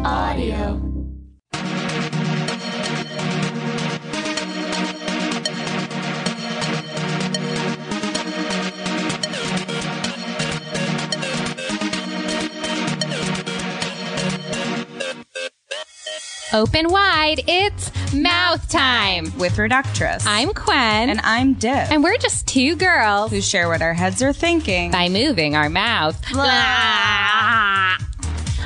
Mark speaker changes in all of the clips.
Speaker 1: Radio.
Speaker 2: Open wide, it's mouth time.
Speaker 3: with Reductress.
Speaker 2: I'm Quen,
Speaker 3: and I'm Dip,
Speaker 2: and we're just two girls
Speaker 3: who share what our heads are thinking.
Speaker 2: by moving our mouth. Blah.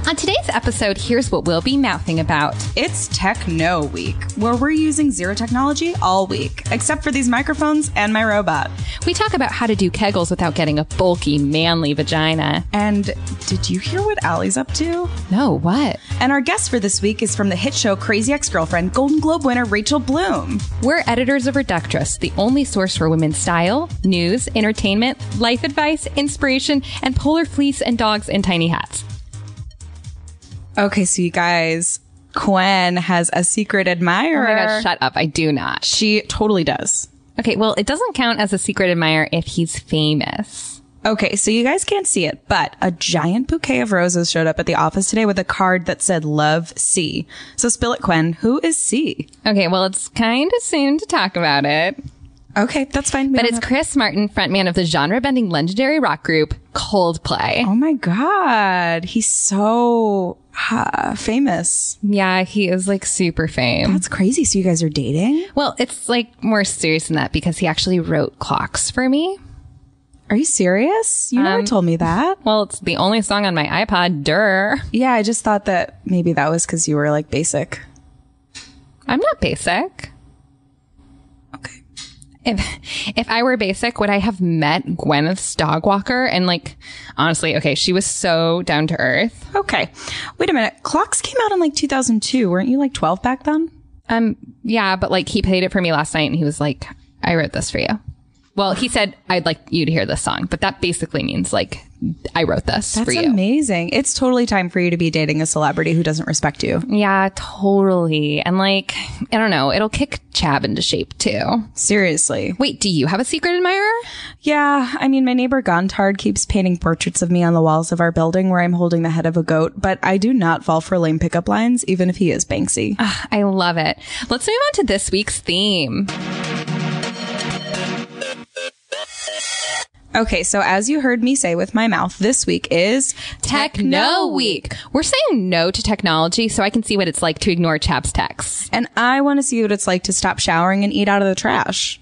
Speaker 2: On today's episode, here's what we'll be mouthing about.
Speaker 3: It's Techno Week, where we're using zero technology all week, except for these microphones and my robot.
Speaker 2: We talk about how to do kegels without getting a bulky, manly vagina.
Speaker 3: And did you hear what Allie's up to?
Speaker 2: No, what?
Speaker 3: And our guest for this week is from the hit show Crazy Ex Girlfriend, Golden Globe winner Rachel Bloom.
Speaker 2: We're editors of Reductress, the only source for women's style, news, entertainment, life advice, inspiration, and polar fleece and dogs in tiny hats.
Speaker 3: Okay, so you guys, Gwen has a secret
Speaker 2: Oh
Speaker 3: admirer.
Speaker 2: my gosh, shut up. I do not.
Speaker 3: she totally does.
Speaker 2: Okay, well, it doesn't count as a secret admirer if he's famous.
Speaker 3: Okay, so you guys can't see it, but a giant bouquet of roses showed up at the office today with a card that said Love C. So spill it, Gwen. Who is C?
Speaker 2: Okay, well, it's kind of soon to talk about it,
Speaker 3: Okay, that's fine. We
Speaker 2: but
Speaker 3: don't
Speaker 2: it's
Speaker 3: know-
Speaker 2: Chris Martin, frontman of the genre-bending legendary rock group Coldplay.
Speaker 3: Oh my God. He's so uh, famous.
Speaker 2: Yeah, he is like super fame.
Speaker 3: That's crazy. So you guys are dating?
Speaker 2: Well, it's like more serious than that because he actually wrote Clocks for me.
Speaker 3: Are you serious? You
Speaker 2: Um,
Speaker 3: never told me that.
Speaker 2: Well, it's the only song on my iPod, durr.
Speaker 3: Yeah, I just thought that maybe that was because you were like basic.
Speaker 2: I'm not basic.
Speaker 3: Okay.
Speaker 2: If if I were basic, would I have met Gwyneth Stogwalker? And like, honestly, okay, she was so down to earth.
Speaker 3: Okay. Wait a minute. Clocks came out in like 2002. Weren't you like 12 back then?
Speaker 2: Um, yeah, but like he played it for me last night, and he was like, "I wrote this for you." Well, he said, "I'd like you to hear this song," but that basically means like, "I wrote this for
Speaker 3: That's
Speaker 2: you."
Speaker 3: amazing. It's totally time for you to be dating a celebrity who doesn't respect you.
Speaker 2: Yeah, totally. And like, I don't know, it'll kick Chab into shape too.
Speaker 3: Seriously.
Speaker 2: Wait, do you have a secret admirer?
Speaker 3: Yeah, I mean, my neighbor Gontard keeps painting portraits of me on the walls of our building where I'm holding the head of a goat, but I do not fall for lame pickup lines, even if he is Banksy.
Speaker 2: I love it. Let's move on to this week's theme.
Speaker 3: Okay, so as you heard me say with my mouth, this week is
Speaker 2: Techno Week. We're saying no to technology so I can see what it's like to ignore Chab's texts.
Speaker 3: And I want to see what it's like to stop showering and eat out of the trash.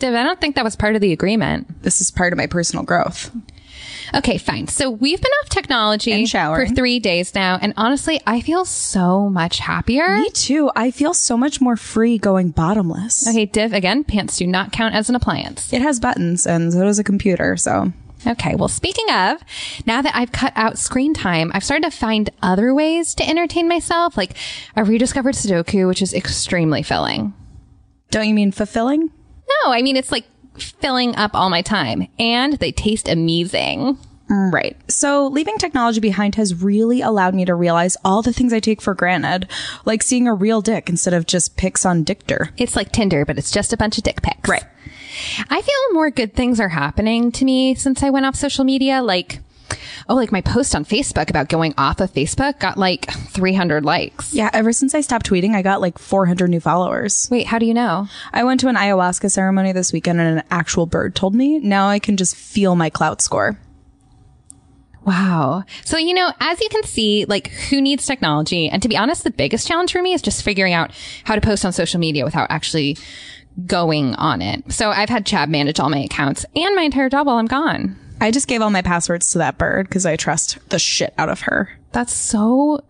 Speaker 2: Div, I don't think that was part of the agreement.
Speaker 3: This is part of my personal growth.
Speaker 2: Okay, fine. So we've been off technology
Speaker 3: And
Speaker 2: for
Speaker 3: showering.
Speaker 2: three days now, and honestly, I feel so much happier.
Speaker 3: Me too. I feel so much more free going bottomless.
Speaker 2: Okay, Div, again, pants do not count as an appliance.
Speaker 3: It has buttons and so does a computer, so
Speaker 2: Okay, well, speaking of, now that I've cut out screen time, I've started to find other ways to entertain myself. Like, I rediscovered Sudoku, which is extremely filling.
Speaker 3: don't you mean fulfilling?
Speaker 2: No, I mean, it's like filling up all my time, and they taste amazing.
Speaker 3: Right. So leaving technology behind has really allowed me to realize all the things I take for granted, like seeing a real dick instead of just pics on Dictor.
Speaker 2: It's like Tinder, but it's just a bunch of dick pics.
Speaker 3: Right.
Speaker 2: I feel more good things are happening to me since I went off social media. Like, oh, like my post on Facebook about going off of Facebook got like 300 likes.
Speaker 3: Yeah, ever since I stopped tweeting, I got like 400 new followers.
Speaker 2: Wait, how do you know?
Speaker 3: I went to an ayahuasca ceremony this weekend and an actual bird told me. Now I can just feel my clout score.
Speaker 2: Wow. So, you know, as you can see, like who needs technology? And to be honest, the biggest challenge for me is just figuring out how to post on social media without actually going on it. So I've had Chad manage all my accounts and my entire job while I'm gone.
Speaker 3: I just gave all my passwords to that bird because I trust the shit out of her.
Speaker 2: That's so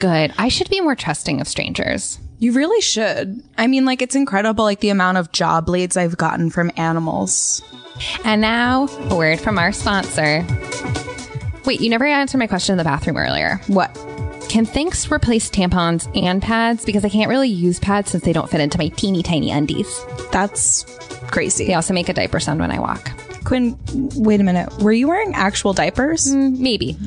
Speaker 2: good. I should be more trusting of strangers.
Speaker 3: You really should. I mean, like, it's incredible, like, the amount of job leads I've gotten from animals.
Speaker 2: And now, a word from our sponsor. Wait, you never answered my question in the bathroom earlier.
Speaker 3: What?
Speaker 2: Can Thinx replace tampons and pads? Because I can't really use pads since they don't fit into my teeny tiny undies.
Speaker 3: That's crazy.
Speaker 2: They also make a diaper sound when I walk.
Speaker 3: Quinn, wait a minute. Were you wearing actual diapers?
Speaker 2: Mm, Maybe.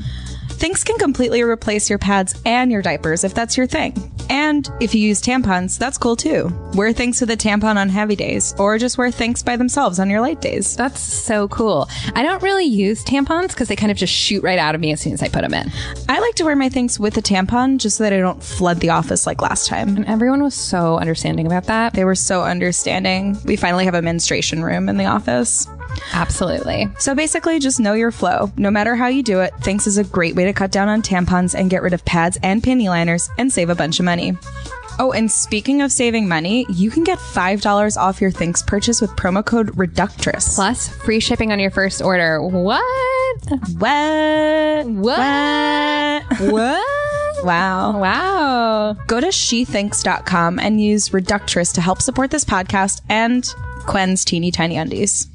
Speaker 3: Things can completely replace your pads and your diapers if that's your thing. And if you use tampons, that's cool too. Wear things with a tampon on heavy days, or just wear things by themselves on your light days.
Speaker 2: That's so cool. I don't really use tampons because they kind of just shoot right out of me as soon as I put them in.
Speaker 3: I like to wear my things with a tampon just so that I don't flood the office like last time.
Speaker 2: Everyone was so understanding about that.
Speaker 3: They were so understanding. We finally have a menstruation room in the office.
Speaker 2: Absolutely.
Speaker 3: So basically, just know your flow. No matter how you do it, Thinx is a great way to cut down on tampons and get rid of pads and panty liners and save a bunch of money. Oh, and speaking of saving money, you can get $5 off your Thinx purchase with promo code REDUCTRIS.
Speaker 2: Plus, free shipping on your first order. What?
Speaker 3: What?
Speaker 2: What? What?
Speaker 3: Wow.
Speaker 2: wow.
Speaker 3: Go to shethinks.com and use Reductress to help support this podcast and Quen's teeny tiny undies.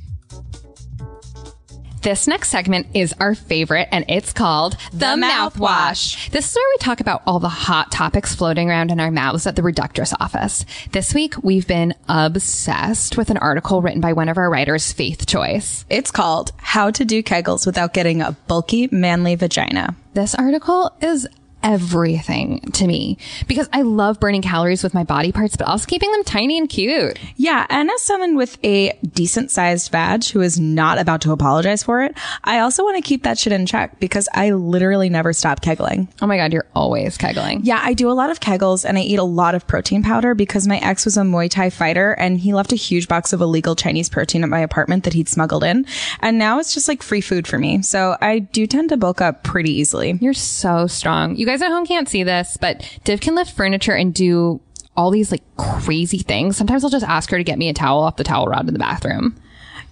Speaker 2: This next segment is our favorite, and it's called The,
Speaker 3: Mouthwash.
Speaker 2: This is where we talk about all the hot topics floating around in our mouths at the Reductress office. This week, we've been obsessed with an article written by one of our writers, Faith Choice.
Speaker 3: It's called How to Do Kegels Without Getting a Bulky, Manly Vagina.
Speaker 2: This article is everything to me because I love burning calories with my body parts, but also keeping them tiny and cute.
Speaker 3: Yeah, and as someone with a decent sized vag who is not about to apologize for it, I also want to keep that shit in check because I literally never stop kegling.
Speaker 2: Oh my God, you're always kegling.
Speaker 3: Yeah, I do a lot of kegels and I eat a lot of protein powder because my ex was a Muay Thai fighter and he left a huge box of illegal Chinese protein at my apartment that he'd smuggled in. And now it's just like free food for me. So I do tend to bulk up pretty easily.
Speaker 2: You're so strong. You guys at home can't see this, but Div can lift furniture and do all these like crazy things. Sometimes I'll just ask her to get me a towel off the towel rod in the bathroom.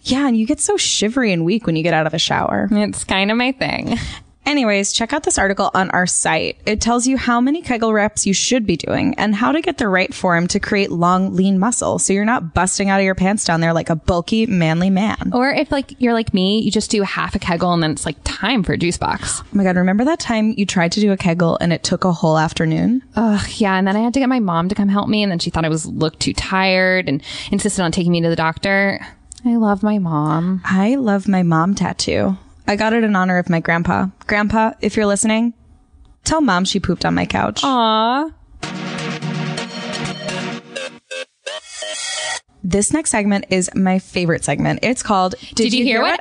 Speaker 3: Yeah, and you get so shivery and weak when you get out of the shower.
Speaker 2: It's kind of my thing.
Speaker 3: Anyways, check out this article on our site. It tells you how many Kegel reps you should be doing and how to get the right form to create long, lean muscle so you're not busting out of your pants down there like a bulky, manly man. Oh
Speaker 2: Or if like you're like me, you just do half a kegel and then it's like time for a juice box.
Speaker 3: Oh my God, remember that time you tried to do a Kegel and it took a whole afternoon?
Speaker 2: Ugh, yeah. And then I had to get my mom to come help me. And then she thought I was looked too tired and insisted on taking me to the doctor. I love my mom.
Speaker 3: I love my mom tattoo. I got it in honor of my grandpa. Grandpa, if you're listening, tell mom she pooped on my couch.
Speaker 2: Aw.
Speaker 3: This next segment is my favorite segment. It's called Did,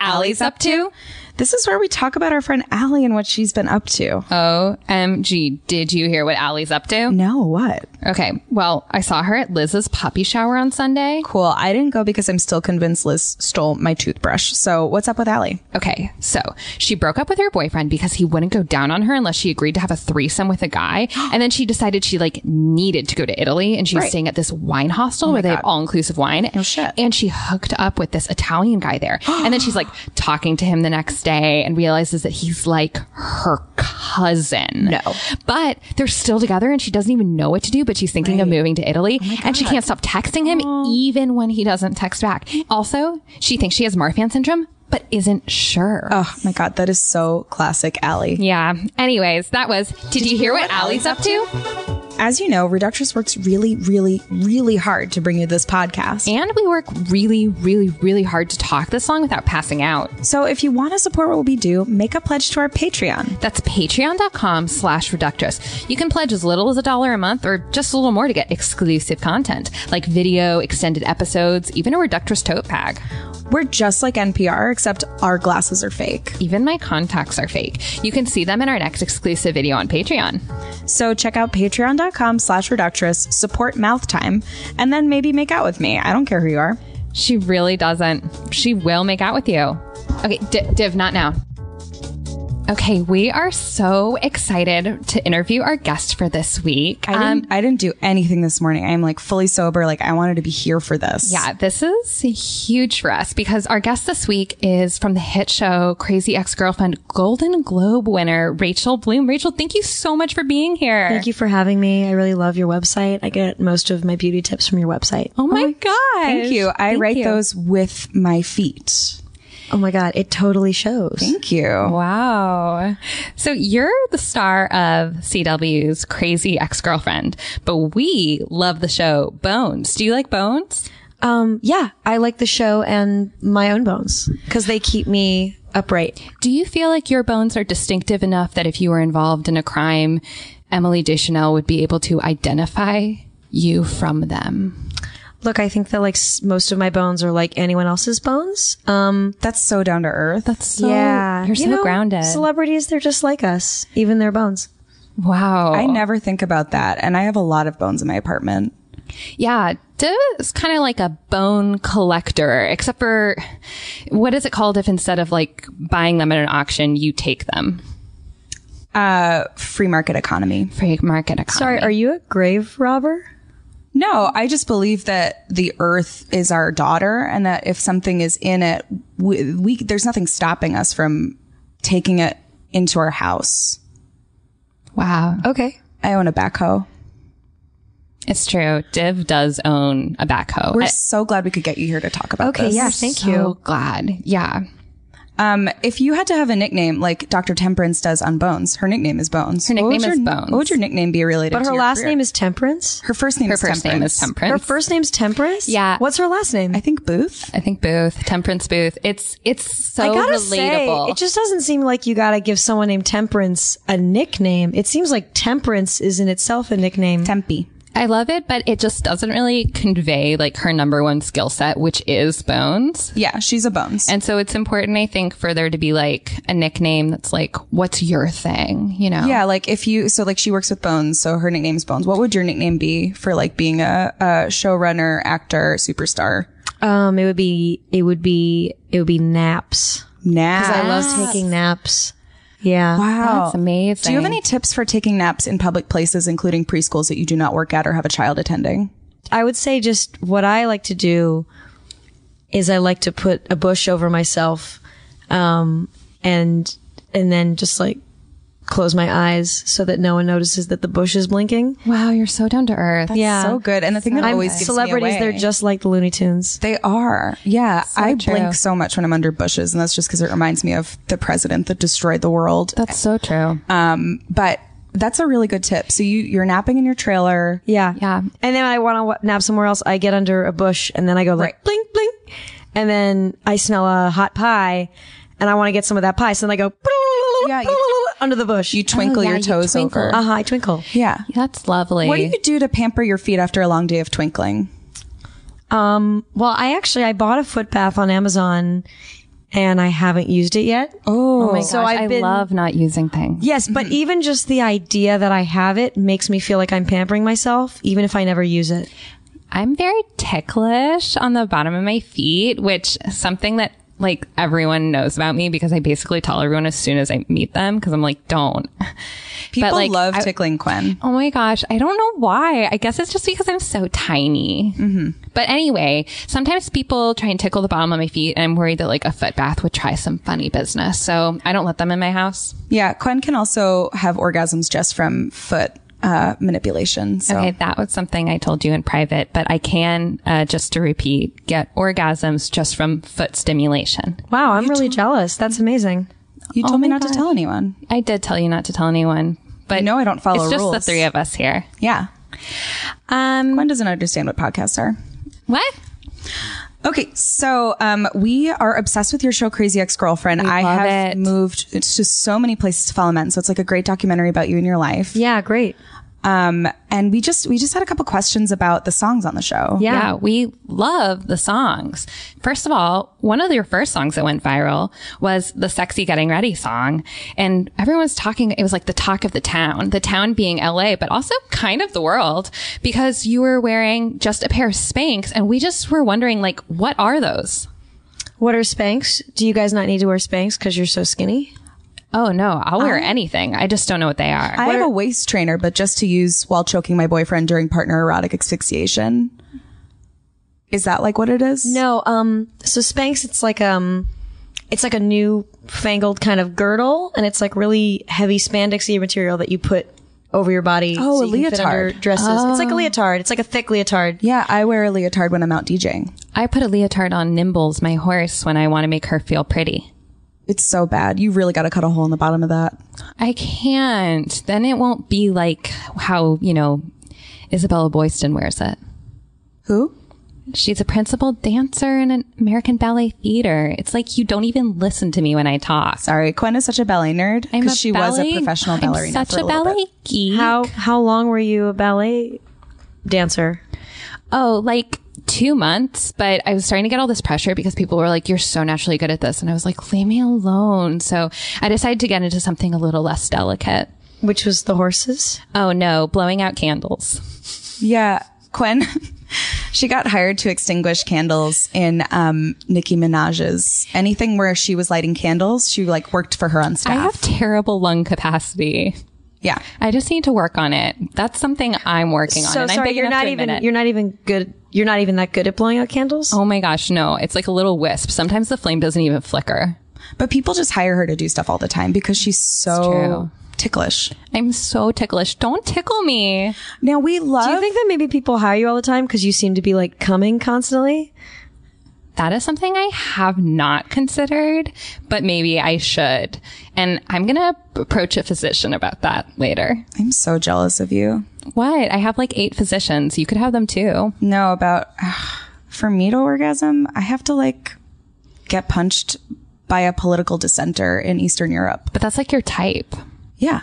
Speaker 2: Allie's to?
Speaker 3: This is where we talk about our friend Allie and what she's been up to.
Speaker 2: OMG. Did you hear what Allie's up to?
Speaker 3: no, what?
Speaker 2: Okay. Well, I saw her at Liz's puppy shower on Sunday.
Speaker 3: Cool. I didn't go because I'm still convinced Liz stole my toothbrush. So what's up with Allie?
Speaker 2: Okay. So she broke up with her boyfriend because he wouldn't go down on her unless she agreed to have a threesome with a guy. And then she decided she like needed to go to Italy and she was
Speaker 3: Right. Oh
Speaker 2: staying at this wine hostel where they have all inclusive wine. No
Speaker 3: shit.
Speaker 2: And she hooked up with this Italian guy there. and then she's like talking to him the next day and realizes that he's like her cousin.
Speaker 3: No.
Speaker 2: But they're still together and she doesn't even know what to do, but she's thinking of moving to Italy and she can't stop texting him even when he doesn't text back. Also, she thinks she has Marfan syndrome, but isn't sure.
Speaker 3: Oh my God, that is so classic Allie.
Speaker 2: Yeah. Anyways, that was Did, you hear what Allie's up to?
Speaker 3: As you know, Reductress works really, really, really hard to bring you this podcast.
Speaker 2: And we work really, really, really hard to talk this long without passing out.
Speaker 3: so if you want to support what we do, make a pledge to our Patreon.
Speaker 2: That's patreon.com slash reductress. You can pledge as little as a dollar a month or just a little more to get exclusive content like video, extended episodes, even a reductress tote bag.
Speaker 3: We're just like NPR, except our glasses are fake.
Speaker 2: Even my contacts are fake. You can see them in our next exclusive video on Patreon.
Speaker 3: So check out patreon.com slash reductress, support mouth time, and then maybe make out with me. I don't care who you are.
Speaker 2: She really doesn't. She will make out with you. Okay, D- Div, not now. Okay, we are so excited to interview our guest for this week. Um,
Speaker 3: I didn't, I didn't do anything this morning. I'm like fully sober. Like I wanted to be here for this.
Speaker 2: Yeah, this is huge for us because our guest this week is from the hit show Crazy Ex Girlfriend Golden Globe winner, Rachel Bloom. Rachel, thank you so much for being here.
Speaker 1: Thank you for having me. I really love your website. I get most of my beauty tips from your website.
Speaker 2: Oh my God.
Speaker 3: Thank you. I write
Speaker 2: you.
Speaker 3: those with my feet.
Speaker 1: Oh my God, it totally shows.
Speaker 3: Thank you.
Speaker 2: Wow. So you're the star of CW's Crazy Ex Girlfriend, but we love the show Bones. Do you like Bones?
Speaker 1: Um, yeah, I like the show and my own bones because they keep me upright.
Speaker 2: Do you feel like your bones are distinctive enough that if you were involved in a crime, Emily Deschanel would be able to identify you from them?
Speaker 1: Look, I think that like s- most of my bones are like anyone else's bones. Um,
Speaker 3: That's so down to earth.
Speaker 2: That's so,
Speaker 1: yeah,
Speaker 2: You're so
Speaker 1: You know,
Speaker 2: grounded.
Speaker 1: Celebrities, they're just like us, even their bones.
Speaker 2: wow.
Speaker 3: I never think about that. And I have a lot of bones in my apartment.
Speaker 2: Yeah, Dova's kind of like a bone collector, except for what is it called if instead of like buying them at an auction, you take them?
Speaker 3: Uh, free market economy.
Speaker 2: Free market economy.
Speaker 1: Sorry, are you a grave robber?
Speaker 3: No, I just believe that the earth is our daughter and that if something is in it, we, we there's nothing stopping us from taking it into our house.
Speaker 2: Wow.
Speaker 1: Okay.
Speaker 3: I own a backhoe.
Speaker 2: It's true. Div does own a backhoe.
Speaker 3: We're
Speaker 2: I-
Speaker 3: so glad we could get you here to talk about
Speaker 1: Okay,
Speaker 3: this.
Speaker 1: yeah, thank
Speaker 2: so
Speaker 1: you.
Speaker 2: glad. Yeah.
Speaker 3: Um, if you had to have a nickname like Dr. Temperance does on Bones, her nickname is Bones. Her
Speaker 2: nickname is Bones.
Speaker 3: What would your nickname be related
Speaker 1: But
Speaker 3: to
Speaker 1: her
Speaker 3: your
Speaker 1: last
Speaker 3: career?
Speaker 1: name is Temperance.
Speaker 3: Her first name
Speaker 2: Her
Speaker 3: is
Speaker 2: first
Speaker 3: Temperance.
Speaker 2: name is Temperance.
Speaker 1: Her first name's Temperance?
Speaker 2: Yeah.
Speaker 1: What's her last name?
Speaker 3: I think Booth.
Speaker 2: I think Booth, Temperance Booth. It's it's so
Speaker 1: I gotta
Speaker 2: relatable.
Speaker 1: say, it just doesn't seem like you gotta give someone named Temperance a nickname. It seems like Temperance is in itself a nickname.
Speaker 3: Tempe.
Speaker 2: I love it, but it just doesn't really convey like her number one skill set, which is bones.
Speaker 3: Yeah, she's a Bones.
Speaker 2: And so it's important, I think, for there to be like a nickname that's like, what's your thing? You know?
Speaker 3: yeah, like if you so like she works with Bones, so her nickname's Bones. What would your nickname be for like being a, a showrunner, actor, superstar?
Speaker 1: um, it would be, it would be, it would be naps. I
Speaker 3: Nah.
Speaker 1: love taking naps. Yeah.
Speaker 3: Wow.
Speaker 2: That's amazing.
Speaker 3: Do you have any tips for taking naps in public places, including preschools that you do not work at or have a child attending?
Speaker 1: I would say just what I like to do is I like to put a bush over myself, um, and and then just like close my eyes so that no one notices that the bush is blinking.
Speaker 2: Wow, you're so down to earth.
Speaker 1: yeah,
Speaker 3: So good. And the thing that
Speaker 1: I'm
Speaker 3: always gives
Speaker 1: celebrities.
Speaker 3: me away,
Speaker 1: They're just like the Looney Tunes.
Speaker 3: They are. Yeah. I
Speaker 2: true.
Speaker 3: blink so much when I'm under bushes, and that's just because it reminds me of the president that destroyed the world.
Speaker 2: That's so true.
Speaker 1: Uh,
Speaker 3: Um, but that's a really good tip. So you, you're napping in your trailer.
Speaker 1: Yeah,
Speaker 2: Yeah.
Speaker 1: And then when I want to nap somewhere else, I get under a bush and then I go like
Speaker 3: Right.
Speaker 1: blink blink, and then I smell a hot pie, and I want to get some of that pie. So then I go
Speaker 3: Yeah, you-
Speaker 1: under the bush.
Speaker 3: You twinkle
Speaker 2: Oh, yeah,
Speaker 3: your
Speaker 2: you
Speaker 3: toes
Speaker 2: twinkle.
Speaker 3: over.
Speaker 1: uh huh. I twinkle.
Speaker 3: yeah.
Speaker 2: That's lovely.
Speaker 3: What do you do to pamper your feet after a long day of twinkling?
Speaker 1: Um, well, I actually I bought a foot bath on Amazon, and I haven't used it yet.
Speaker 2: oh my gosh,
Speaker 1: so I've
Speaker 2: I
Speaker 1: been-
Speaker 2: love not using things.
Speaker 1: Yes, but even just the idea that I have it makes me feel like I'm pampering myself, even if I never use it.
Speaker 2: I'm very ticklish on the bottom of my feet, which is something that like everyone knows about me because I basically tell everyone as soon as I meet them because I'm like, don't.
Speaker 3: People
Speaker 2: like,
Speaker 3: love
Speaker 2: I-
Speaker 3: tickling Quinn.
Speaker 2: Oh my gosh. I don't know why. I guess it's just because I'm so tiny.
Speaker 3: Mm-hmm.
Speaker 2: But anyway, sometimes people try and tickle the bottom of my feet and I'm worried that like a foot bath would try some funny business. So I don't let them in my house.
Speaker 3: Yeah. Quinn can also have orgasms just from foot uh, manipulation. So
Speaker 2: Okay. That was something I told you in private, but I can, uh, just to repeat, get orgasms just from foot stimulation.
Speaker 1: Wow, I'm really jealous. That's amazing.
Speaker 3: you
Speaker 2: Oh
Speaker 3: told me not to tell anyone.
Speaker 2: I did tell you not to tell anyone, but
Speaker 3: No, I don't follow
Speaker 2: it's just
Speaker 3: rules.
Speaker 2: the three of us here.
Speaker 3: Yeah.
Speaker 2: Um,
Speaker 3: Quinn doesn't understand what podcasts are.
Speaker 2: what?
Speaker 3: Okay, so um, we are obsessed with your show, Crazy Ex Girlfriend. I
Speaker 2: love
Speaker 3: have
Speaker 2: it.
Speaker 3: moved to so many places to follow men, so it's like a great documentary about you and your life.
Speaker 1: Yeah, great.
Speaker 3: Um, and we just we just had a couple questions about the songs on the show.
Speaker 1: Yeah.
Speaker 2: Yeah, we love the songs. First of all, one of your first songs that went viral was the sexy getting ready song. And everyone's talking. It was like the talk of the town, the town being LA, but also kind of the world because you were wearing just a pair of Spanx. And we just were wondering, like, what are those?
Speaker 1: What are Spanx? Do you guys not need to wear Spanx because you're so skinny?
Speaker 2: Oh no, I'll wear anything. I just don't know what they are.
Speaker 3: I have a waist trainer, but just to use while choking my boyfriend during partner erotic asphyxiation. Is that like what it is?
Speaker 1: No, um, so Spanx, it's like, um, it's like a new fangled kind of girdle, and it's like really heavy spandexy material that you put over your body.
Speaker 3: Oh,
Speaker 1: so
Speaker 3: a
Speaker 1: you can fit under
Speaker 3: leotard.
Speaker 1: dresses. It's like a leotard. It's like a thick leotard.
Speaker 3: Yeah, I wear a leotard when I'm out DJing.
Speaker 2: I put a leotard on Nimbles, my horse, when I want to make her feel pretty.
Speaker 3: It's so bad. You really got to cut a hole in the bottom of that.
Speaker 2: I can't. Then it won't be like how, you know, Isabella Boyston wears it.
Speaker 3: Who?
Speaker 2: She's a principal dancer in an American Ballet Theater. It's like you don't even listen to me when I talk.
Speaker 3: Sorry, Quinn is such a ballet nerd
Speaker 2: I'm
Speaker 3: because
Speaker 2: a
Speaker 3: she was a
Speaker 2: ballet-
Speaker 3: professional
Speaker 2: I'm
Speaker 3: ballerina.
Speaker 2: Such
Speaker 3: for a
Speaker 2: a
Speaker 3: little bit.
Speaker 2: ballet geek.
Speaker 1: How how long were you a ballet dancer?
Speaker 2: Oh, like two months, but I was starting to get all this pressure because people were like, you're so naturally good at this. And I was like, leave me alone. So I decided to get into something a little less delicate.
Speaker 1: Which was the horses?
Speaker 2: Oh no, blowing out candles.
Speaker 3: Yeah, Quinn. she got hired to extinguish candles in um, Nicki Minaj's anything where she was lighting candles. She like worked for her on
Speaker 2: I
Speaker 3: staff.
Speaker 2: have terrible lung capacity.
Speaker 3: yeah,
Speaker 2: I just need to work on it. That's something I'm working on.
Speaker 1: so
Speaker 2: and I'm
Speaker 1: Oh, sorry,
Speaker 2: big
Speaker 1: you're
Speaker 2: enough
Speaker 1: not
Speaker 2: to
Speaker 1: even
Speaker 2: admit it.
Speaker 1: you're not even good. You're not even that good at blowing out candles.
Speaker 2: Oh my gosh, no. It's like a little wisp. Sometimes the flame doesn't even flicker.
Speaker 3: but people just hire her to do stuff all the time because she's so
Speaker 2: true.
Speaker 3: ticklish.
Speaker 2: I'm so ticklish. Don't tickle me.
Speaker 3: Now we
Speaker 1: Do you
Speaker 3: love.
Speaker 1: think that maybe people hire you all the time because you seem to be like coming constantly?
Speaker 2: That is something I have not considered, but maybe I should. And I'm going to approach a physician about that later.
Speaker 3: I'm so jealous of you.
Speaker 2: What? I have like eight physicians. You could have them too.
Speaker 3: No, about for me to orgasm, I have to like get punched by a political dissenter in Eastern Europe.
Speaker 2: But that's like your type.
Speaker 3: Yeah.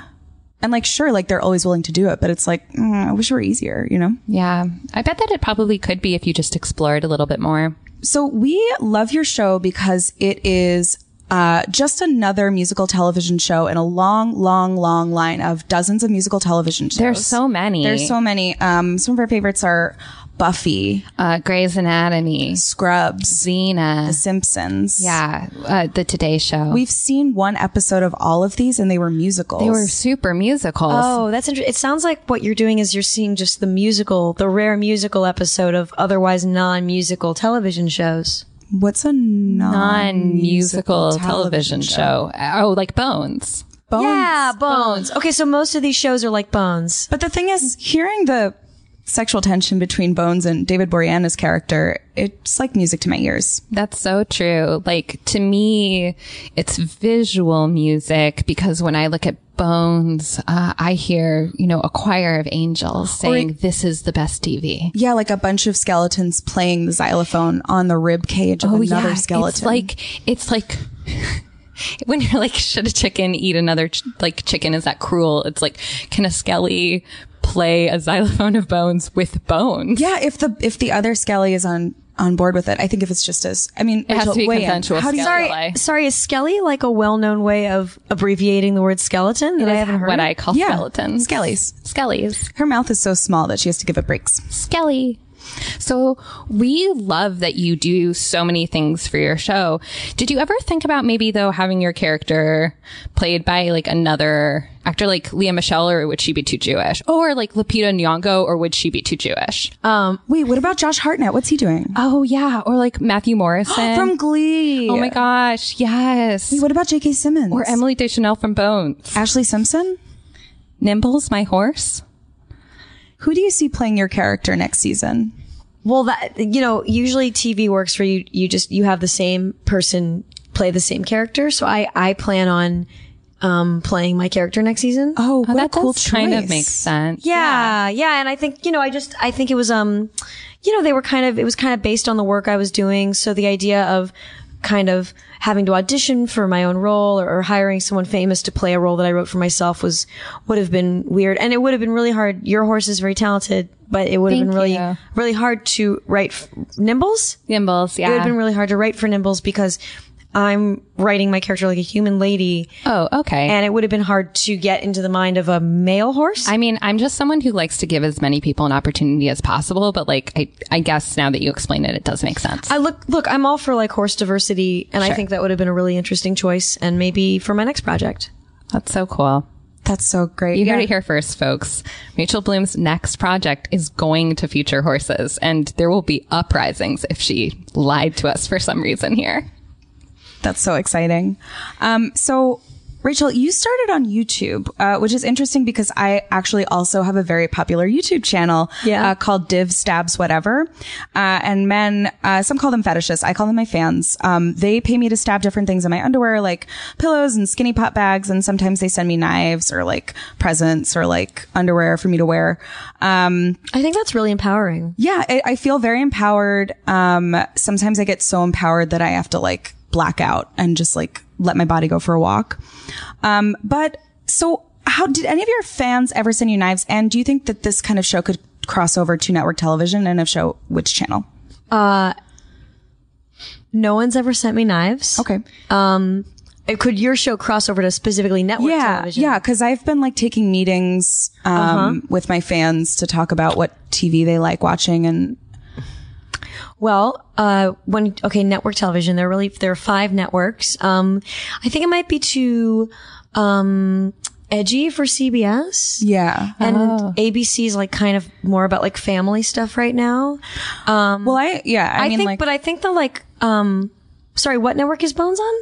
Speaker 3: And like, sure, like they're always willing to do it, but it's like, mm, I wish it were easier, you know?
Speaker 2: Yeah. I bet that it probably could be if you just explored a little bit more.
Speaker 3: So we love your show because it is uh, just another musical television show in a long, long, long line of dozens of musical television shows.
Speaker 2: There's so many.
Speaker 3: There's so many. Um, some of our favorites are Buffy,
Speaker 2: uh, Grey's Anatomy,
Speaker 3: Scrubs,
Speaker 2: Xena.
Speaker 3: Simpsons.
Speaker 2: Yeah. Uh, the Today Show.
Speaker 3: We've seen one episode of all of these and they were musicals.
Speaker 2: they were super musicals.
Speaker 1: Oh, that's interesting. It sounds like what you're doing is you're seeing just the musical, the rare musical episode of otherwise non-musical television shows.
Speaker 3: What's a non
Speaker 2: non-musical television, show. Oh, like Bones.
Speaker 3: Bones.
Speaker 1: Bones. Okay, so most of these shows are like Bones.
Speaker 3: But the thing is, hearing the sexual tension between Bones and David Boreanaz's character, it's like music to my ears.
Speaker 2: That's so true. Like to me, it's visual music because when I look at Bones, uh, I hear, you know, a choir of angels saying, this is the best TV.
Speaker 3: Yeah, like a bunch of skeletons playing the xylophone on the rib cage of another skeleton.
Speaker 2: Oh, It's like, it's like, When you're like, should a chicken eat another ch- like chicken? Is that cruel? It's like, can a skelly play a xylophone of bones with bones?
Speaker 3: yeah, if the if the other skelly is on on board with it, I think if it's just as I mean,
Speaker 2: It has
Speaker 3: Rachel,
Speaker 2: to be
Speaker 3: weigh in.
Speaker 2: consensual.
Speaker 3: How do you,
Speaker 2: skelly
Speaker 3: sorry,
Speaker 2: play.
Speaker 1: Sorry, is skelly like a well-known way of abbreviating the word skeleton that I haven't heard?
Speaker 2: what
Speaker 1: of?
Speaker 2: I call
Speaker 3: Yeah.
Speaker 2: skeletons.
Speaker 3: Skellies.
Speaker 2: Skellies.
Speaker 3: Her mouth is so small that she has to give it breaks.
Speaker 2: Skelly. So we love that you do so many things for your show. Did you ever think about maybe though having your character played by like another actor like Leah Michelle or would she be too Jewish? Or like Lupita Nyong'o or would she be too Jewish?
Speaker 3: Wait, what about Josh Hartnett? What's he doing?
Speaker 2: oh yeah. Or like Matthew Morrison.
Speaker 3: From Glee.
Speaker 2: oh my gosh. Yes.
Speaker 3: What about J.K. Simmons?
Speaker 2: or Emily Deschanel from Bones.
Speaker 3: Ashley Simpson?
Speaker 2: Nimbles, my horse.
Speaker 3: Who do you see playing your character next season?
Speaker 1: Well, that you know, usually TV works where you you just you have the same person play the same character. So I I plan on um playing my character next season.
Speaker 3: Oh, what
Speaker 2: that
Speaker 3: a cool
Speaker 2: does kind of
Speaker 3: choice.
Speaker 2: makes sense.
Speaker 1: yeah, yeah, and I think you know, I just I think it was um, you know, they were kind of it was kind of based on the work I was doing. So the idea of kind of having to audition for my own role or, or hiring someone famous to play a role that I wrote for myself was would have been weird, and it would have been really hard. Your horse is very talented, but it would have
Speaker 2: Thank
Speaker 1: been really
Speaker 2: you.
Speaker 1: really hard to write f- Nimbles.
Speaker 2: Nimbles, yeah.
Speaker 1: It would have been really hard to write for Nimbles because I'm writing my character like a human lady,
Speaker 2: oh, okay.
Speaker 1: and it would have been hard to get into the mind of a male horse.
Speaker 2: I mean, I'm just someone who likes to give as many people an opportunity as possible, but like, I, I guess now that you explain it, it does make sense.
Speaker 1: I look look, I'm all for like horse diversity and I think that would have been a really interesting choice and maybe for my next project.
Speaker 2: That's so cool.
Speaker 3: That's so great.
Speaker 2: You
Speaker 3: Yeah.
Speaker 2: heard it here first, folks. Rachel Bloom's next project is going to feature horses, and there will be uprisings if she lied to us for some reason here.
Speaker 3: That's so exciting. Um, so Rachel, you started on YouTube, uh, which is interesting because I actually also have a very popular YouTube channel
Speaker 1: Yeah.
Speaker 3: uh, called Div Stabs Whatever. Uh, and men, uh, some call them fetishists. I call them my fans. Um, they pay me to stab different things in my underwear, like pillows and skinny pot bags. And sometimes they send me knives or like presents or like underwear for me to wear. Um,
Speaker 1: I think that's really empowering.
Speaker 3: yeah, I, I feel very empowered. Um, sometimes I get so empowered that I have to like black out and just like let my body go for a walk. Um, but so how did any of your fans ever send you knives? And do you think that this kind of show could cross over to network television? And if so, which channel?
Speaker 1: No one's ever sent me knives.
Speaker 3: Okay.
Speaker 1: Uh, Could your show cross over to specifically network
Speaker 3: Yeah.
Speaker 1: television? Uh-huh.
Speaker 3: Yeah. Cause I've been like taking meetings, um, with my fans to talk about what TV they like watching and
Speaker 1: Well, uh, when okay, network television. There are really there are five networks. Um, I think it might be too um, edgy for CBS.
Speaker 3: yeah.
Speaker 1: And ABC's like kind of more about like family stuff right now.
Speaker 3: well, I, yeah. I,
Speaker 1: I,
Speaker 3: mean,
Speaker 1: think,
Speaker 3: like
Speaker 1: but I think the like, um, sorry, what network is Bones on?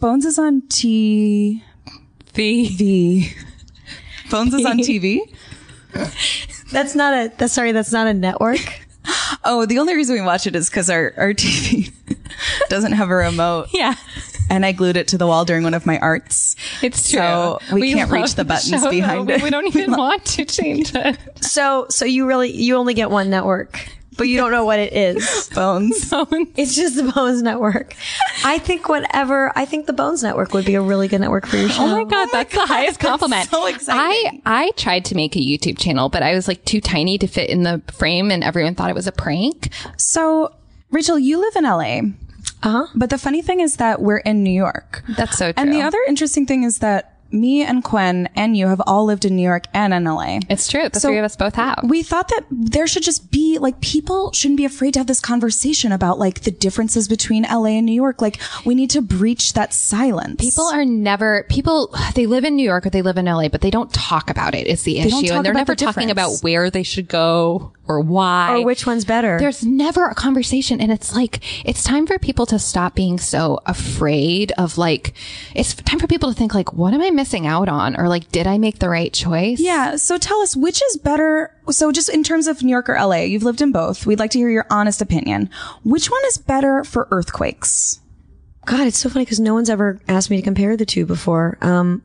Speaker 3: Bones is on T.
Speaker 2: The
Speaker 3: The Bones is on TV.
Speaker 1: That's not a. That's sorry, that's not a network.
Speaker 3: Oh, the only reason we watch it is because our, our TV doesn't have a remote
Speaker 2: yeah,
Speaker 3: and I glued it to the wall during one of my arts.
Speaker 2: it's true.
Speaker 3: So we can't
Speaker 2: love
Speaker 3: reach the buttons
Speaker 2: show,
Speaker 3: behind
Speaker 2: though.
Speaker 3: it.
Speaker 2: We don't even want to change it.
Speaker 1: so, so you really you only get one network, but you don't know what it is.
Speaker 3: Bones.
Speaker 2: Oh,
Speaker 1: It's just the Bones Network. I think whatever. I think the Bones Network would be a really good network for your show.
Speaker 2: Oh my god, that's the highest compliment.
Speaker 3: so exciting.
Speaker 2: I I tried to make a YouTube channel, but I was like too tiny to fit in the frame, and everyone thought it was a prank.
Speaker 3: So, Rachel, you live in LA.
Speaker 1: Uh-huh.
Speaker 3: But the funny thing is that we're in New York.
Speaker 2: That's so true.
Speaker 3: And the other interesting thing is that me and Quen and you have all lived in New York and in LA.
Speaker 2: it's true. The three of us both have.
Speaker 3: we thought that there should just be like people shouldn't be afraid to have this conversation about like the differences between LA and New York. Like we need to breach that silence.
Speaker 2: People are never people. They live in New York or they live in LA, but they don't talk about it. Is the
Speaker 3: don't
Speaker 2: issue,
Speaker 3: talk
Speaker 2: and they're
Speaker 3: about
Speaker 2: never
Speaker 3: the
Speaker 2: talking about
Speaker 3: difference.
Speaker 2: where they should go or why
Speaker 1: Or which one's better?
Speaker 2: There's never a conversation. And it's like, it's time for people to stop being so afraid of like, it's time for people to think like, what am I missing out on? Or like, did I make the right choice?
Speaker 3: Yeah. So tell us which is better. So just in terms of New York or LA, you've lived in both. We'd like to hear your honest opinion. Which one is better for earthquakes?
Speaker 1: God, it's so funny because no one's ever asked me to compare the two before. Um,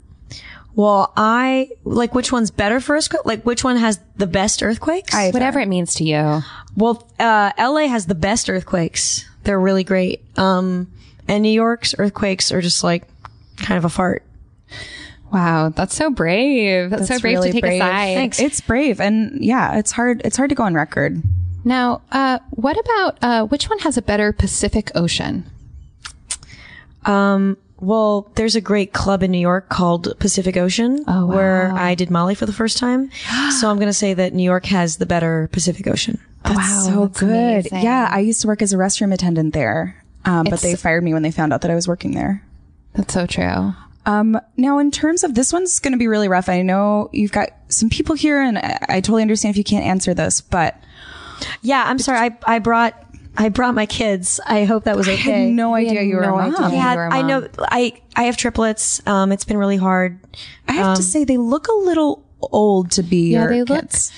Speaker 1: well, I like which one's better for earthquake? Like which one has the best earthquakes?
Speaker 2: Whatever it means to you.
Speaker 1: well, uh, LA has the best earthquakes. They're really great. Um, and New York's earthquakes are just like kind of a fart.
Speaker 2: Wow. That's so brave. That's, so brave
Speaker 1: really
Speaker 2: to take
Speaker 1: brave.
Speaker 2: a side.
Speaker 1: Thanks.
Speaker 3: It's brave and yeah, it's hard. It's hard to go on record.
Speaker 2: Now, uh, what about, uh, which one has a better Pacific Ocean?
Speaker 1: Um, Well, there's a great club in New York called Pacific Ocean where I did Molly for the first time. so I'm going to say that New York has the better Pacific Ocean.
Speaker 2: wow.
Speaker 3: so
Speaker 2: that's
Speaker 3: good.
Speaker 2: amazing.
Speaker 3: Yeah. I used to work as a restroom attendant there. Um, but
Speaker 2: It's-
Speaker 3: they fired me when they found out that I was working there.
Speaker 2: That's so true.
Speaker 3: Um, now, in terms of this one's going to be really rough. I know you've got some people here, and I, I totally understand if you can't answer this, but
Speaker 1: Yeah, I'm sorry. I, I brought I brought my kids. I hope that was okay.
Speaker 3: I had no idea you were
Speaker 2: no
Speaker 3: a mom.
Speaker 2: idea.
Speaker 1: Yeah,
Speaker 2: you were a
Speaker 1: I
Speaker 2: mom.
Speaker 1: know. I I have triplets. Um, it's been really hard.
Speaker 3: I have
Speaker 1: Um,
Speaker 3: to say, they look a little old to be.
Speaker 2: Yeah,
Speaker 3: your
Speaker 2: they look-
Speaker 3: kids.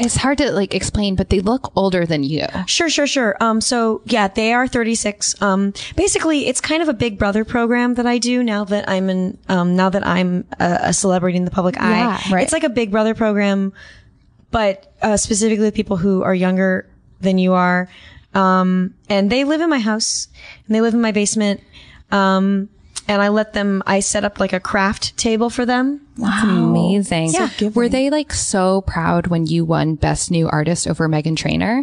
Speaker 2: It's hard to like explain, but they look older than you.
Speaker 1: Sure, sure, sure. Um, so yeah, they are 36. Um, basically, it's kind of a big brother program that I do now that I'm in. Um, now that I'm a, a celebrity in the public eye.
Speaker 2: Yeah,
Speaker 3: right.
Speaker 1: It's like a big brother program, but uh, specifically with people who are younger than you are. Um, and they live in my house and they live in my basement. Um, and I let them. I set up like a craft table for them.
Speaker 2: Amazing.
Speaker 3: So giving.
Speaker 2: Were they like so proud when you won Best New Artist over Megan Trainor?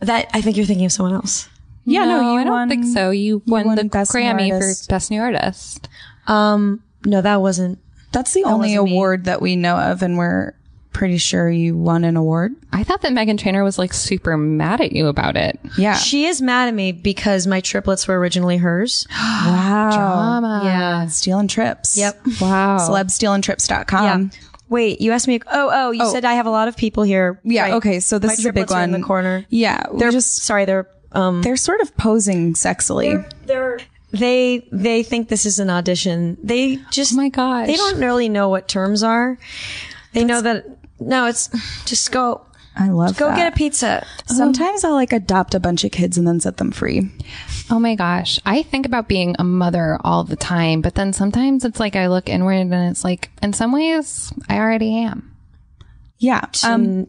Speaker 1: That I think you're thinking of someone else.
Speaker 3: Yeah, no, you
Speaker 2: I don't
Speaker 3: won-
Speaker 2: think so. You won,
Speaker 3: won
Speaker 2: the
Speaker 3: Best New
Speaker 2: Grammy
Speaker 3: Artist.
Speaker 2: for Best New Artist.
Speaker 1: Um, no, that wasn't.
Speaker 3: That's the only award that we know of, and we're pretty sure you won an award.
Speaker 2: I thought that Megan Trainor was like super mad at you about it.
Speaker 3: Yeah.
Speaker 1: She is mad at me because my triplets were originally hers.
Speaker 3: wow.
Speaker 1: Yeah.
Speaker 3: Stealing trips.
Speaker 1: Yep.
Speaker 2: Wow.
Speaker 3: Celebstealingtrips.com.
Speaker 1: Um, Wait, you asked me. Oh, oh, you said I have a lot of people here.
Speaker 3: Yeah.
Speaker 1: Right.
Speaker 3: Okay. So this
Speaker 1: my
Speaker 3: is a big
Speaker 1: triplets are
Speaker 3: one.
Speaker 1: in the corner.
Speaker 3: Yeah. They're
Speaker 1: They're
Speaker 3: just
Speaker 1: sorry. They're um.
Speaker 3: they're sort of posing sexily.
Speaker 1: They're they they think this is an audition. They just
Speaker 2: Oh my gosh.
Speaker 1: They don't really know what terms are. They know that no, it's just go
Speaker 3: I love
Speaker 1: go
Speaker 3: that.
Speaker 1: get a pizza.
Speaker 2: Um,
Speaker 3: Sometimes I'll like adopt a bunch of kids and then set them free.
Speaker 2: Oh my gosh. I think about being a mother all the time, but then sometimes it's like I look inward and it's like, in some ways, I already am.
Speaker 3: Yeah. Um,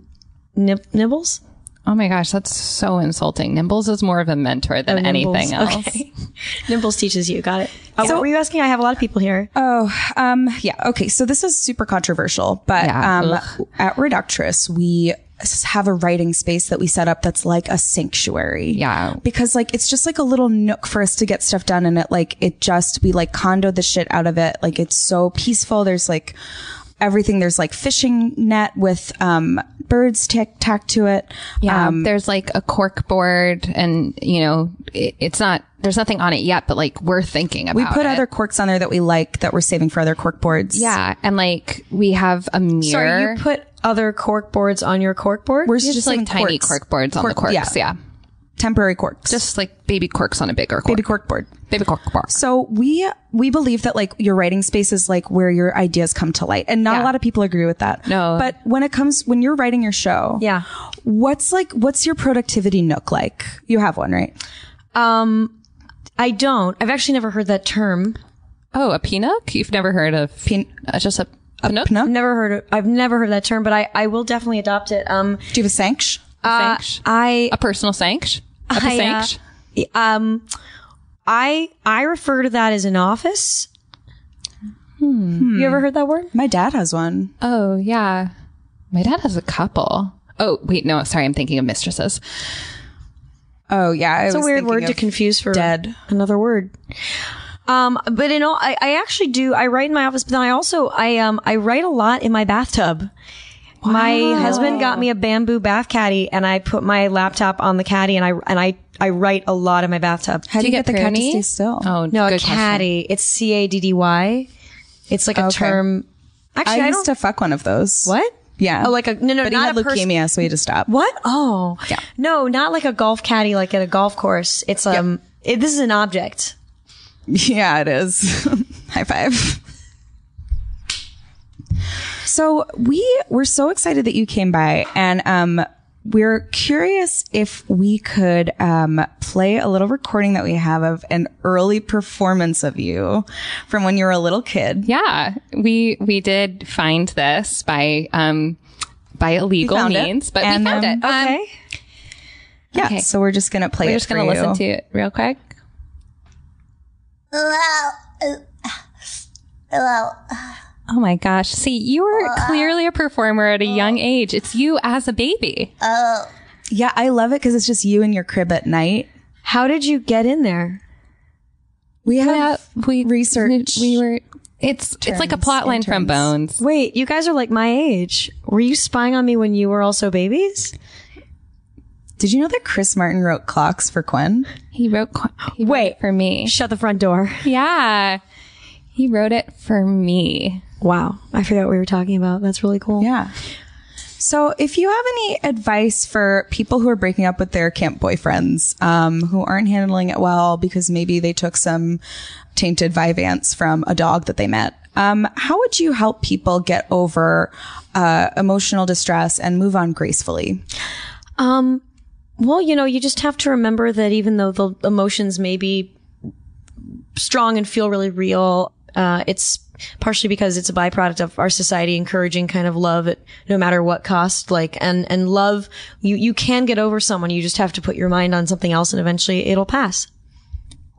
Speaker 1: Nib- nibbles?
Speaker 2: Oh my gosh, that's so insulting. Nimbles is more of a mentor
Speaker 3: Oh,
Speaker 2: than anything
Speaker 1: Nibbles.
Speaker 2: else.
Speaker 1: Okay. Nibbles teaches you. Got it. Oh, what were you asking? I have a lot of people here.
Speaker 3: um, yeah. Okay. So this is super controversial, but
Speaker 2: Yeah,
Speaker 3: um, at Reductress, we s- have a writing space that we set up that's like a sanctuary.
Speaker 2: Yeah.
Speaker 3: Because like it's just like a little nook for us to get stuff done and it like it just we like condo the shit out of it. Like it's so peaceful. There's like everything. There's like fishing net with um birds tick tacked to it.
Speaker 2: Yeah. Um, there's like a cork board and, you know, it, it's not, there's nothing on it yet, but like we're thinking about
Speaker 3: We
Speaker 2: it.
Speaker 3: put other quirks on there that we like that we're saving for other quirk boards.
Speaker 2: yeah. And like we have a mirror.
Speaker 1: Sorry, you put other cork boards on your cork board?
Speaker 3: We're
Speaker 2: just,
Speaker 3: just
Speaker 2: like
Speaker 3: doing
Speaker 2: tiny
Speaker 3: quirks.
Speaker 2: cork boards on the
Speaker 3: Cork-
Speaker 2: corks.
Speaker 3: yeah.
Speaker 2: Yeah.
Speaker 3: Temporary quirks.
Speaker 2: Just like baby corks on a bigger cork.
Speaker 3: baby cork board.
Speaker 2: baby cork board.
Speaker 3: So we we believe that like your writing space is like where your ideas come to light, and not a
Speaker 2: Yeah.
Speaker 3: lot of people agree with that.
Speaker 2: No.
Speaker 3: but when it comes when you're writing your show,
Speaker 1: Yeah.
Speaker 3: what's like what's your productivity nook like? You have one, right?
Speaker 1: Um, I don't. I've actually never heard that term.
Speaker 2: Oh, a peanut? You've never heard of
Speaker 3: Pin-
Speaker 2: uh, just a, a nook?
Speaker 3: Nook?
Speaker 1: Never heard of, I've never heard that term, but I, I will definitely adopt it. Um
Speaker 3: Do you have a sanct?
Speaker 1: uh,
Speaker 2: Sanct?
Speaker 1: I
Speaker 2: a personal sanct? A
Speaker 1: I, uh,
Speaker 2: sanct?
Speaker 1: um I I refer to that as an office. You ever heard that word?
Speaker 3: My dad has one.
Speaker 2: oh, yeah. My dad has a couple. Oh, wait, no, sorry. I'm thinking of mistresses.
Speaker 3: Oh yeah, I
Speaker 1: It's a
Speaker 3: was
Speaker 1: weird
Speaker 3: thinking
Speaker 1: word to
Speaker 3: of-
Speaker 1: confuse for
Speaker 3: dead.
Speaker 1: Another word. Um, but in all, I, I actually do. I write in my office, but then I also I um I write a lot in my bathtub. My husband got me a bamboo bath caddy, and I put my laptop on the caddy, and I and I I write a lot in my bathtub.
Speaker 3: How do you
Speaker 2: you
Speaker 3: get,
Speaker 2: get
Speaker 3: the cat to
Speaker 2: pruny?
Speaker 3: stay still?
Speaker 2: Oh,
Speaker 1: No,
Speaker 2: good
Speaker 1: a caddy. It's C A D D Y. It's like a
Speaker 3: Okay.
Speaker 1: term. Actually,
Speaker 3: I,
Speaker 1: I,
Speaker 3: used to
Speaker 1: don't.
Speaker 3: fuck one of those.
Speaker 1: what?
Speaker 3: Yeah.
Speaker 1: Oh, like a no, no,
Speaker 3: But he
Speaker 1: not
Speaker 3: had
Speaker 1: a person-
Speaker 3: leukemia, so he had to stop.
Speaker 1: What? Oh, yeah. No, not like a golf caddy, like at a golf course. It's um, it, this is an object.
Speaker 3: Yeah, it is. High five. So we were so excited that you came by, and um, we're curious if we could um, play a little recording that we have of an early performance of you from when you were a little kid.
Speaker 2: Yeah, we we did find this by um by illegal
Speaker 3: found it.
Speaker 2: means, but
Speaker 3: And,
Speaker 2: we found
Speaker 3: um,
Speaker 2: it. Um,
Speaker 1: Okay.
Speaker 3: Yeah,
Speaker 2: Okay.
Speaker 3: so we're just gonna play.
Speaker 2: we're
Speaker 3: it
Speaker 2: just gonna
Speaker 3: for
Speaker 2: listen
Speaker 3: you.
Speaker 2: to it real quick. Oh my gosh! See, you were clearly a performer at a young age. It's you as a baby.
Speaker 3: Yeah, I love it because it's just you in your crib at night.
Speaker 1: How did you get in there?
Speaker 3: We have
Speaker 2: we
Speaker 3: research
Speaker 2: We, were. It's it's like a
Speaker 3: terms,
Speaker 2: plot line from
Speaker 3: interns.
Speaker 2: Bones.
Speaker 1: Wait, you guys are like my age. Were you spying on me when you were also babies?
Speaker 3: Did you know that Chris Martin wrote clocks for Quinn?
Speaker 2: He wrote. qu- He wrote
Speaker 1: Wait.
Speaker 2: it for me.
Speaker 1: Shut the front door.
Speaker 2: Yeah, he wrote it for me.
Speaker 1: Wow. I forgot what we were talking about. That's really cool.
Speaker 3: Yeah. So, if you have any advice for people who are breaking up with their camp boyfriends, um, who aren't handling it well because maybe they took some tainted Vyvanse from a dog that they met, um, how would you help people get over uh, emotional distress and move on gracefully?
Speaker 1: Um, well, you know, you just have to remember that even though the emotions may be strong and feel really real, uh, it's partially because it's a byproduct of our society encouraging kind of love at no matter what cost. Like, and, and love, you, you can get over someone. You just have to put your mind on something else and eventually it'll pass.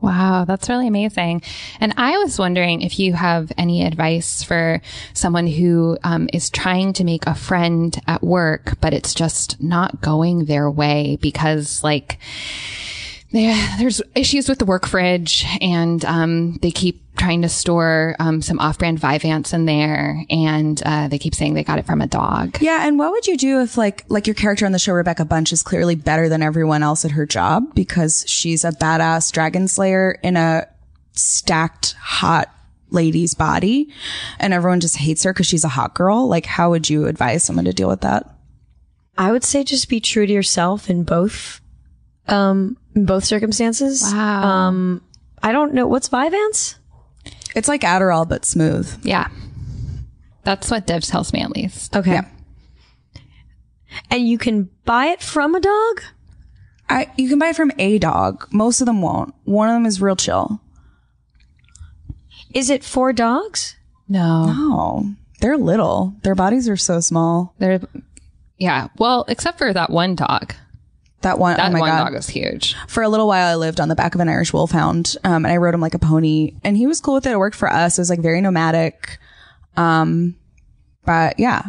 Speaker 2: Wow, that's really amazing. And I was wondering if you have any advice for someone who um, is trying to make a friend at work, but it's just not going their way because, like, there, there's issues with the work fridge, and um, they keep trying to store um, some off-brand Vyvanse in there, and uh, they keep saying they got it from a dog.
Speaker 3: Yeah, and what would you do if, like, like your character on the show, Rebecca Bunch, is clearly better than everyone else at her job because she's a badass dragon slayer in a stacked hot lady's body, and everyone just hates her because she's a hot girl? Like, how would you advise someone to deal with that?
Speaker 1: I would say just be true to yourself in both, um, in both circumstances.
Speaker 2: Wow.
Speaker 1: Um, I don't know what's Vyvanse.
Speaker 3: It's like Adderall, but smooth.
Speaker 2: Yeah. That's what Dev tells me at least.
Speaker 1: Okay. And you can buy it from a dog.
Speaker 3: I, you can buy it from a dog. Most of them won't. One of them is real chill.
Speaker 1: Is it for dogs?
Speaker 2: No.
Speaker 3: Oh, they're little. Their bodies are so small.
Speaker 2: They're yeah. Well, except for that one dog.
Speaker 3: That one,
Speaker 2: That
Speaker 3: oh
Speaker 2: one
Speaker 3: my god.
Speaker 2: dog was huge.
Speaker 3: For a little while, I lived on the back of an Irish wolfhound, um, and I rode him like a pony, and he was cool with it. It worked for us. It was like very nomadic. Um, but yeah,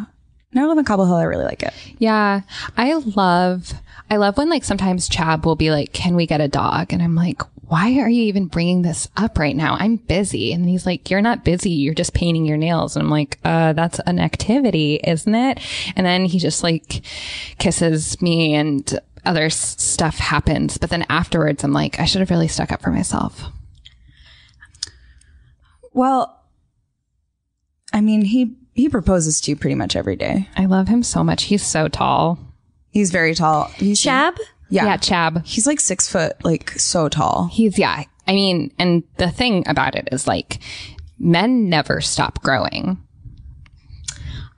Speaker 3: now I live in Cobble Hill. I really like it.
Speaker 2: Yeah. I love I love when like sometimes Chab will be like, "Can we get a dog?" and I'm like, "Why are you even bringing this up right now? I'm busy." And he's like, "You're not busy. You're just painting your nails." And I'm like, "Uh, that's an activity, isn't it?" And then he just like kisses me and other s- stuff happens. But then afterwards, I'm like, "I should have really stuck up for myself."
Speaker 3: Well, I mean, he he proposes to you pretty much every day.
Speaker 2: I love him so much. He's so tall.
Speaker 3: He's very tall. He's
Speaker 1: Chab.
Speaker 3: yeah.
Speaker 2: yeah Chab.
Speaker 3: He's like six foot, like so tall.
Speaker 2: He's yeah. I mean, and the thing about it is like men never stop growing.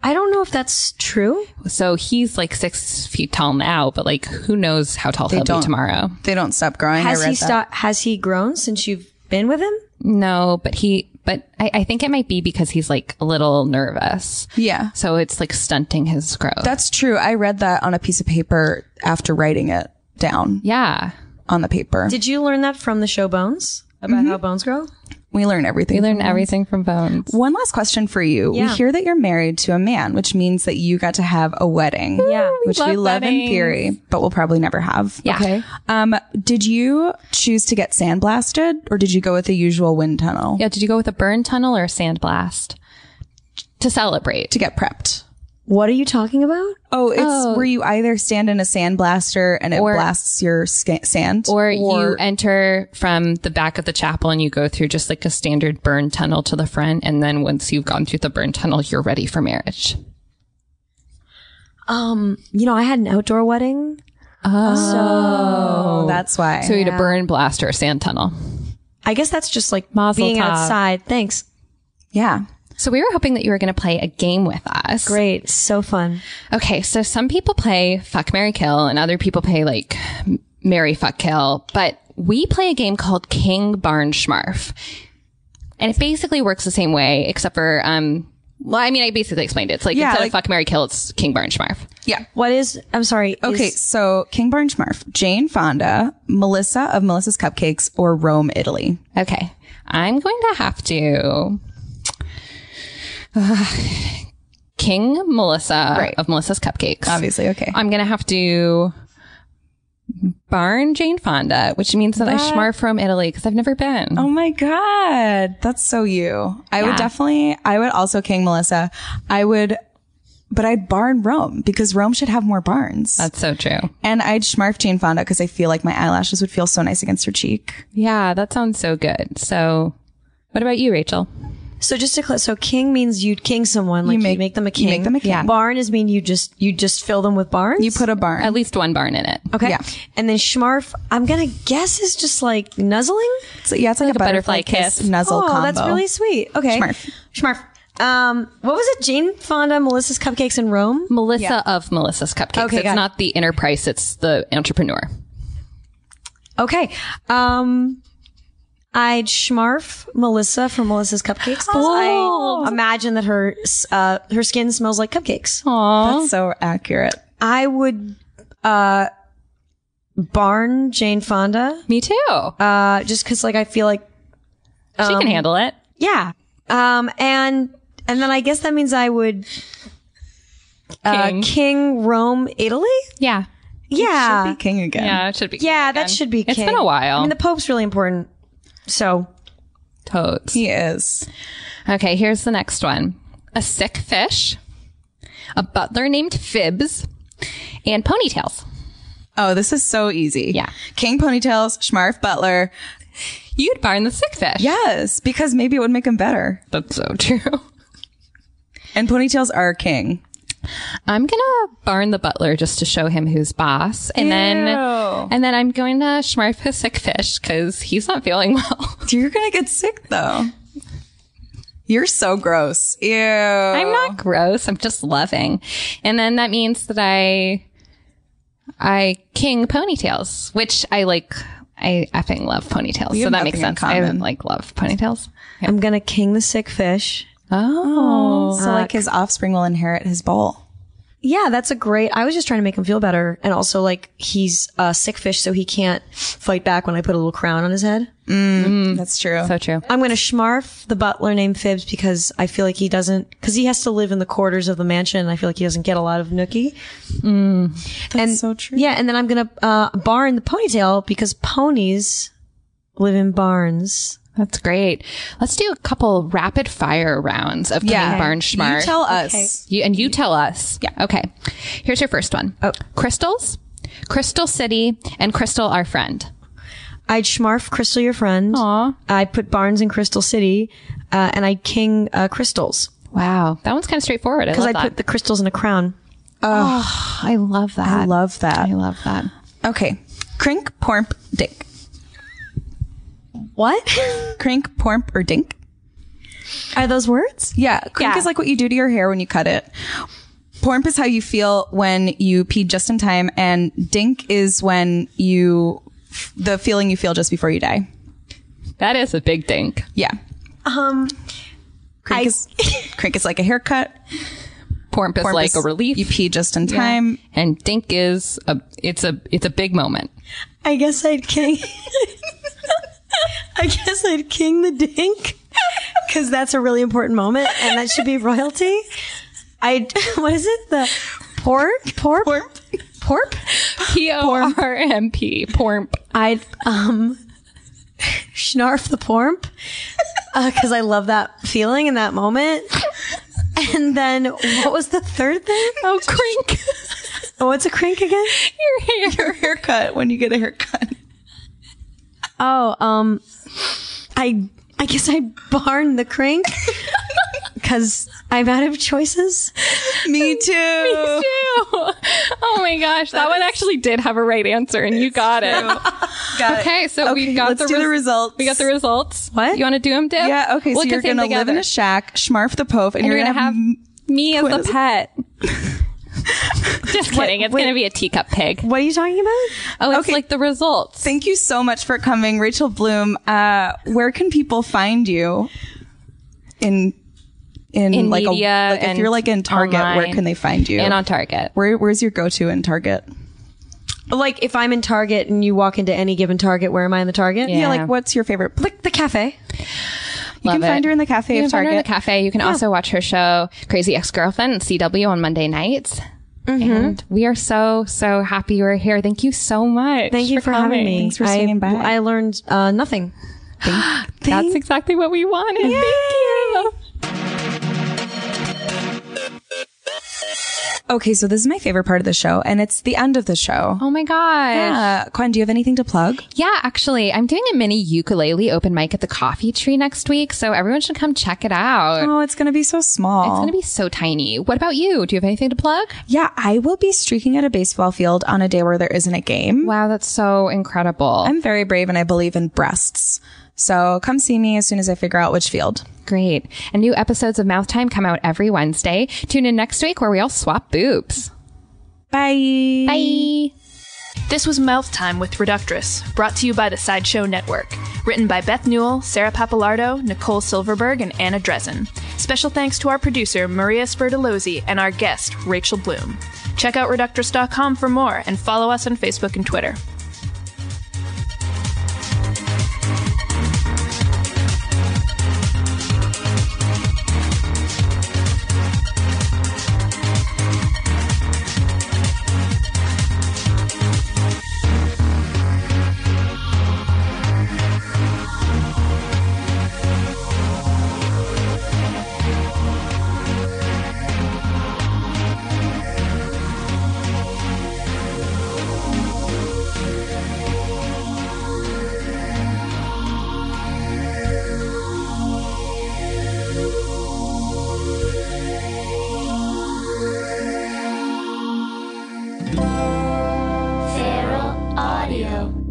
Speaker 1: I don't know if that's true.
Speaker 2: So he's like six feet tall now, but like who knows how tall he'll
Speaker 3: don't-
Speaker 2: be tomorrow?
Speaker 3: They don't stop growing.
Speaker 1: Has
Speaker 3: I read
Speaker 1: he
Speaker 3: that.
Speaker 1: sto- Has he grown since you've been with him?
Speaker 2: No, but he, but I, I think it might be because he's like a little nervous.
Speaker 3: Yeah.
Speaker 2: So it's like stunting his growth.
Speaker 3: That's true. I read that on a piece of paper after writing it down
Speaker 2: yeah.
Speaker 3: on the paper.
Speaker 1: Did you learn that from the show Bones
Speaker 2: Mm-hmm.
Speaker 1: about how bones grow?
Speaker 3: we learn everything.
Speaker 2: We learn everything from bones.
Speaker 3: One last question for you. We
Speaker 1: Yeah.
Speaker 3: hear that you're married to a man, which means that you got to have a wedding.
Speaker 1: Yeah.
Speaker 3: Which we
Speaker 2: love
Speaker 3: love in
Speaker 2: weddings.
Speaker 3: theory, but we'll probably never have.
Speaker 2: Yeah.
Speaker 3: Okay. Um, did you choose to get sandblasted or did you go with the usual wind tunnel
Speaker 2: Yeah. Did you go with a burn tunnel or a sand blast to celebrate?
Speaker 3: to get prepped?
Speaker 1: What are you talking about?
Speaker 3: Oh, it's where you either stand in a sandblaster and it blasts your sca- sand.
Speaker 2: Or, you enter from the back of the chapel and you go through just like a standard burn tunnel to the front. And then once you've gone through the burn tunnel, you're ready for marriage.
Speaker 1: Um, you know, I had an outdoor wedding.
Speaker 2: Ah.
Speaker 3: oh, that's why.
Speaker 2: So you had a burn blast or a sand tunnel.
Speaker 1: I guess that's just like
Speaker 2: Mazel
Speaker 1: being
Speaker 2: tov.
Speaker 1: outside. Thanks.
Speaker 3: yeah.
Speaker 2: So we were hoping that you were going to play a game with us.
Speaker 1: Great. So fun.
Speaker 2: Okay, so some people play fuck Mary Kill and other people play like M- Mary Fuck Kill, but we play a game called King Barn Schmarf. And it basically works the same way, except for um well, I mean I basically explained it. It's like
Speaker 3: Yeah,
Speaker 2: instead
Speaker 3: like-
Speaker 2: of fuck Mary Kill, it's King Barn Schmarf.
Speaker 3: Yeah.
Speaker 1: What is, I'm sorry.
Speaker 3: Okay,
Speaker 1: is-
Speaker 3: so King Barn Schmarf, Jane Fonda, Melissa of Melissa's Cupcakes, or Rome, Italy.
Speaker 2: Okay. I'm going to have to uh, King Melissa
Speaker 3: Right.
Speaker 2: of Melissa's Cupcakes.
Speaker 3: Obviously, okay.
Speaker 2: I'm gonna have to barn Jane Fonda, which means that I schmarf from Italy because I've never been.
Speaker 3: oh my god, that's so you. I would definitely. I would also King Melissa. I would, but I'd barn Rome because Rome should have more barns.
Speaker 2: That's so true.
Speaker 3: and I'd schmarf Jane Fonda because I feel like my eyelashes would feel so nice against her cheek.
Speaker 2: Yeah, that sounds so good. So, what about you, Rachel?
Speaker 1: So just to cl- so king means you king someone like you make,
Speaker 3: make-
Speaker 1: them a
Speaker 3: you
Speaker 1: king.
Speaker 3: make them a king. Yeah.
Speaker 1: Barn is mean you just you just fill them with barns.
Speaker 3: You put a barn.
Speaker 2: At least one barn in it.
Speaker 1: okay.
Speaker 3: yeah.
Speaker 1: And then schmarf, I'm gonna guess is just like nuzzling.
Speaker 3: It's- yeah, it's like, a, butterfly, kiss, nuzzle
Speaker 1: oh,
Speaker 3: combo.
Speaker 1: that's really sweet. Okay.
Speaker 3: Schmarf.
Speaker 1: Schmarf. Um, what was it? Jane Fonda, Melissa's Cupcakes in Rome.
Speaker 2: Melissa of Melissa's Cupcakes.
Speaker 1: Okay, got
Speaker 2: it's
Speaker 1: it.
Speaker 2: not the enterprise; it's the entrepreneur.
Speaker 1: Okay. Um, I'd schmarf Melissa from Melissa's Cupcakes because
Speaker 3: Oh.
Speaker 1: I imagine that her s- uh, her skin smells like cupcakes.
Speaker 3: That's so accurate.
Speaker 1: I would uh, barn Jane Fonda
Speaker 2: Me too.
Speaker 1: uh, just because like I feel like
Speaker 2: she can handle it.
Speaker 1: yeah. Um, and and then I guess that means I would uh,
Speaker 2: King.
Speaker 1: King. Rome Italy.
Speaker 2: Yeah,
Speaker 1: Yeah,
Speaker 3: Be king again.
Speaker 2: yeah, Uh, it should be.
Speaker 1: yeah,
Speaker 2: King
Speaker 1: that
Speaker 2: again.
Speaker 1: should be.
Speaker 2: It's
Speaker 1: King.
Speaker 2: been a while.
Speaker 1: I mean, the Pope's really important, so
Speaker 2: Toads.
Speaker 3: He is.
Speaker 2: Okay, here's the next one. A sick fish, a butler named Fibs, and ponytails.
Speaker 3: Oh, this is so easy.
Speaker 2: Yeah.
Speaker 3: King ponytails, Schmarf Butler.
Speaker 2: You'd barn the sick fish.
Speaker 3: Yes, because maybe it would make him better.
Speaker 2: That's so true.
Speaker 3: And ponytails are king.
Speaker 2: I'm going to barn the butler just to show him who's boss. And then
Speaker 3: Oh.
Speaker 2: And then I'm going to schmarf a sick fish because he's not feeling well.
Speaker 3: You're gonna get sick though. You're so gross. Ew.
Speaker 2: I'm not gross. I'm just loving. And then that means that I, I king ponytails, which I like. I effing love ponytails. so
Speaker 3: have
Speaker 2: that makes
Speaker 3: nothing in
Speaker 2: sense. I
Speaker 3: common.
Speaker 2: like love ponytails.
Speaker 1: I'm gonna king the sick fish.
Speaker 2: Oh.
Speaker 3: So like his offspring will inherit his bowl.
Speaker 1: Yeah, that's a great. I was just trying to make him feel better, and also like he's a sick fish, so he can't fight back when I put a little crown on his head.
Speaker 3: That's true.
Speaker 2: Mm. So true.
Speaker 1: I'm gonna schmarf the butler named Fibs because I feel like he doesn't because he has to live in the quarters of the mansion, and I feel like he doesn't get a lot of nookie.
Speaker 3: Mm. That's so true.
Speaker 1: Yeah, and then I'm gonna uh, barn the ponytail because ponies live in barns.
Speaker 2: That's great. Let's do a couple rapid fire rounds of
Speaker 3: Yeah.
Speaker 2: yeah. Barn
Speaker 3: You
Speaker 2: Schmarf.
Speaker 3: tell us.
Speaker 2: You- and you tell us. Yeah. Okay. Here's your first one. Oh. Crystals, Crystal City, and Crystal Our Friend.
Speaker 1: I'd schmarf Crystal, your friend. Aww. I'd put barns in Crystal City, uh, and I'd king uh, crystals
Speaker 2: Wow. That one's kind of straightforward. I
Speaker 1: because
Speaker 2: love
Speaker 1: I'd
Speaker 2: that.
Speaker 1: put the crystals in a crown.
Speaker 2: I love that.
Speaker 3: I love that.
Speaker 2: I love that.
Speaker 3: Okay. Crink, pormp, dink.
Speaker 1: What
Speaker 3: Crink, pormp, or dink.
Speaker 1: are those words?
Speaker 3: Yeah. Crink
Speaker 2: Yeah.
Speaker 3: is like what you do to your hair when you cut it. Pormp is how you feel when you pee just in time, and dink is when you, the feeling you feel just before you die.
Speaker 2: That is a big dink.
Speaker 3: Yeah.
Speaker 1: Um,
Speaker 3: Crink,
Speaker 1: I-
Speaker 3: is, crink is like a haircut.
Speaker 2: Porp is
Speaker 3: Pormp
Speaker 2: like
Speaker 3: is
Speaker 2: a relief.
Speaker 3: You pee just in time.
Speaker 2: and dink is a it's a it's a big moment.
Speaker 1: I guess I'd king. I guess I'd king the dink because that's a really important moment, and that should be royalty. I what is it? The pork, pork, pork, pork.
Speaker 2: P O R M P. Pormp.
Speaker 1: I'd um snarf the porp because I love that feeling in that moment. And then what was the third thing?
Speaker 2: Oh, crink.
Speaker 1: Oh, what's a crink again?
Speaker 2: Your hair.
Speaker 3: Your haircut when you get a haircut.
Speaker 1: Oh, um, I I guess I barn the crink because I'm out of choices.
Speaker 3: Me too.
Speaker 2: Ew. Oh my gosh, that, one actually did have a right answer, and you got it.
Speaker 3: Got it.
Speaker 2: Okay, so we got
Speaker 3: let's
Speaker 2: the,
Speaker 3: do the results.
Speaker 2: We got the results.
Speaker 1: What?
Speaker 2: you want to do them, Dip?
Speaker 3: Yeah, okay. So
Speaker 2: Look
Speaker 3: you're
Speaker 2: at them
Speaker 3: gonna live in
Speaker 2: together.
Speaker 3: a shack, schmarf the Pope, and,
Speaker 2: And you're gonna have me as
Speaker 3: What is
Speaker 2: the
Speaker 3: it?
Speaker 2: pet. Just kidding. It's
Speaker 1: wait.
Speaker 2: gonna be a teacup pig.
Speaker 1: What are you talking about?
Speaker 2: Oh, it's
Speaker 3: Okay.
Speaker 2: like the results.
Speaker 3: Thank you so much for coming, Rachel Bloom. Uh, where can people find you? In in,
Speaker 2: In
Speaker 3: like
Speaker 2: media
Speaker 3: a like if
Speaker 2: and
Speaker 3: you're like in Target, where
Speaker 2: online
Speaker 3: can they find you?
Speaker 2: and on Target.
Speaker 3: where where's your go to in Target?
Speaker 1: Like if I'm in Target and you walk into any given Target, where am I in the Target?
Speaker 3: Yeah,
Speaker 2: Yeah.
Speaker 3: like what's your favorite? pl-
Speaker 1: Like the cafe.
Speaker 3: You can
Speaker 2: Love
Speaker 3: find
Speaker 2: it.
Speaker 3: her in the cafe
Speaker 2: You
Speaker 3: of
Speaker 2: can find her in the
Speaker 3: Target.
Speaker 2: cafe. You can also watch her show Crazy Ex Girlfriend on CW on Monday nights. And we are so so happy you are here. Thank you so much.
Speaker 1: Thank you for having
Speaker 2: coming.
Speaker 1: me.
Speaker 3: Thanks for swinging by.
Speaker 1: I, I learned uh, nothing.
Speaker 2: That's exactly what we wanted. Thank you.
Speaker 3: Okay, so this is my favorite part of the show, and it's the end of the show.
Speaker 2: Oh my gosh.
Speaker 3: Uh, Gwen, do you have anything to plug?
Speaker 2: Yeah, actually, I'm doing a mini ukulele open mic at the coffee tree next week, so everyone should come check it out.
Speaker 3: Oh, it's gonna be so small.
Speaker 2: It's gonna be so tiny. What about you? Do you have anything to plug?
Speaker 3: Yeah, I will be streaking at a baseball field on a day where there isn't a game.
Speaker 2: Wow, that's so incredible.
Speaker 3: I'm very brave and I believe in breasts. So come see me as soon as I figure out which field.
Speaker 2: Great. And new episodes of Mouth Time come out every Wednesday. Tune in next week where we all swap boobs.
Speaker 3: Bye.
Speaker 2: Bye.
Speaker 4: This was Mouth Time with Reductress, brought to you by the Sideshow Network. Written by Beth Newell, Sarah Papalardo, Nicole Silverberg, and Anna Dresden. Special thanks to our producer, Maria Spertolozzi, and our guest, Rachel Bloom. Check out Reductress.com for more and follow us on Facebook and Twitter.
Speaker 5: Feral Audio. Audio.